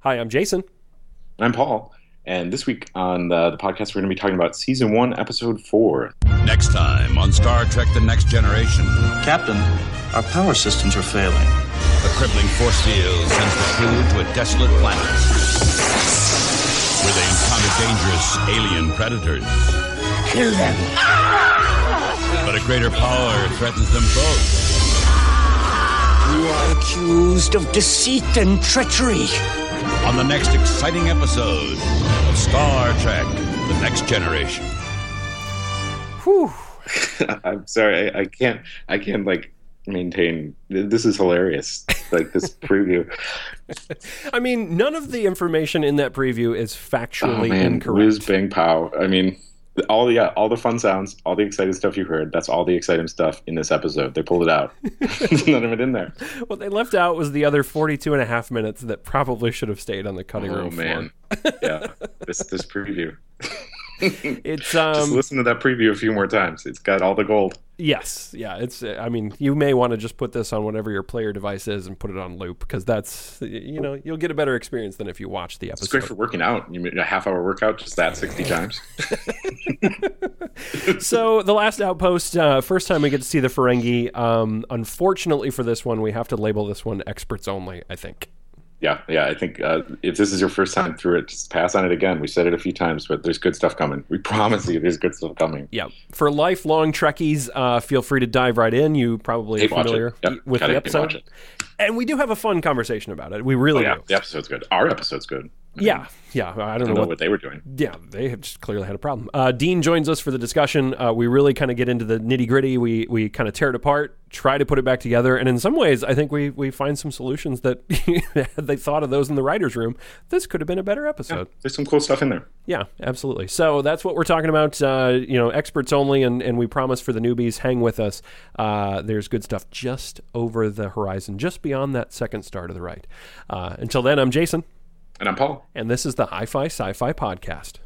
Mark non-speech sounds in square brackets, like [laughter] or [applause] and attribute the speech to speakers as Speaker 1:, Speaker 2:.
Speaker 1: Hi, I'm Jason.
Speaker 2: And I'm Paul. And this week on the, the podcast, we're going to be talking about season one, episode four. [laughs]
Speaker 3: Next time on Star Trek The Next Generation,
Speaker 4: Captain, our power systems are failing.
Speaker 3: the crippling force field sends the crew to a desolate planet where they encounter dangerous alien predators. Kill them. But a greater power threatens them both.
Speaker 5: You are accused of deceit and treachery.
Speaker 3: On the next exciting episode of Star Trek The Next Generation.
Speaker 1: Whew.
Speaker 2: I'm sorry, I, I can't, I can't like maintain. This is hilarious.
Speaker 1: [laughs]
Speaker 2: Like this preview.
Speaker 1: I mean, none of the information in that preview is
Speaker 2: oh
Speaker 1: factually
Speaker 2: man,
Speaker 1: incorrect.
Speaker 2: whiz bang pow. I mean, all the yeah, all the fun sounds, all the exciting stuff you heard. That's all the exciting stuff in this episode. They pulled
Speaker 1: [laughs]
Speaker 2: it out. There's none of it in there.
Speaker 1: What they left out was the other 42 and a half minutes that probably should have stayed on the cutting
Speaker 2: Oh
Speaker 1: room
Speaker 2: man, yeah. This this preview.
Speaker 1: floor. It's [laughs]
Speaker 2: Just
Speaker 1: um
Speaker 2: listen to that preview a few more times. It's got all the gold.
Speaker 1: yes, yeah, it's I mean, you may want to just put this on whatever your player device is and put it on loop because that's you know, you'll get a better experience than if you watch the
Speaker 2: It's great
Speaker 1: episode.
Speaker 2: for working out. You mean a half hour workout, just that sixty times.
Speaker 1: so the last outpost uh, first time we get to see the ferengi um, unfortunately for this one we have to label this one experts only i think
Speaker 2: Yeah, yeah. I think uh, if this is your first time through it, just pass on it again. We said it a few times, but there's good stuff coming. We [laughs] promise you, there's good stuff coming.
Speaker 1: yeah for lifelong trekkies uh, feel free to dive right in you probably
Speaker 2: Hey,
Speaker 1: are
Speaker 2: watch
Speaker 1: familiar
Speaker 2: it. Yep,
Speaker 1: with
Speaker 2: gotta
Speaker 1: the
Speaker 2: watch
Speaker 1: episode
Speaker 2: it. Oh,
Speaker 1: and we do have a fun conversation about it we really
Speaker 2: Yeah,
Speaker 1: do
Speaker 2: the episode's good. Our episode's good.
Speaker 1: yeah yeah i don't
Speaker 2: I
Speaker 1: know
Speaker 2: know
Speaker 1: what
Speaker 2: what they were doing.
Speaker 1: yeah, they have just clearly had a problem. Uh, Dean joins us for the discussion. Uh, we really kind of get into the nitty gritty. We we kind of tear it apart, try to put it back together, and in some ways, I think we we find some solutions that [laughs] had they thought of those in the writers' room, this could have been a better episode.
Speaker 2: There's some cool stuff in there.
Speaker 1: Yeah, absolutely. So that's what we're talking about. Uh, you know, experts only, and, and we promise for the newbies, hang with us. Uh, there's good stuff just over the horizon, just beyond that second star to the right. Uh, until then, I'm Jason,
Speaker 2: And I'm Paul.
Speaker 1: and this is the Hi Fi Sci Fi Podcast.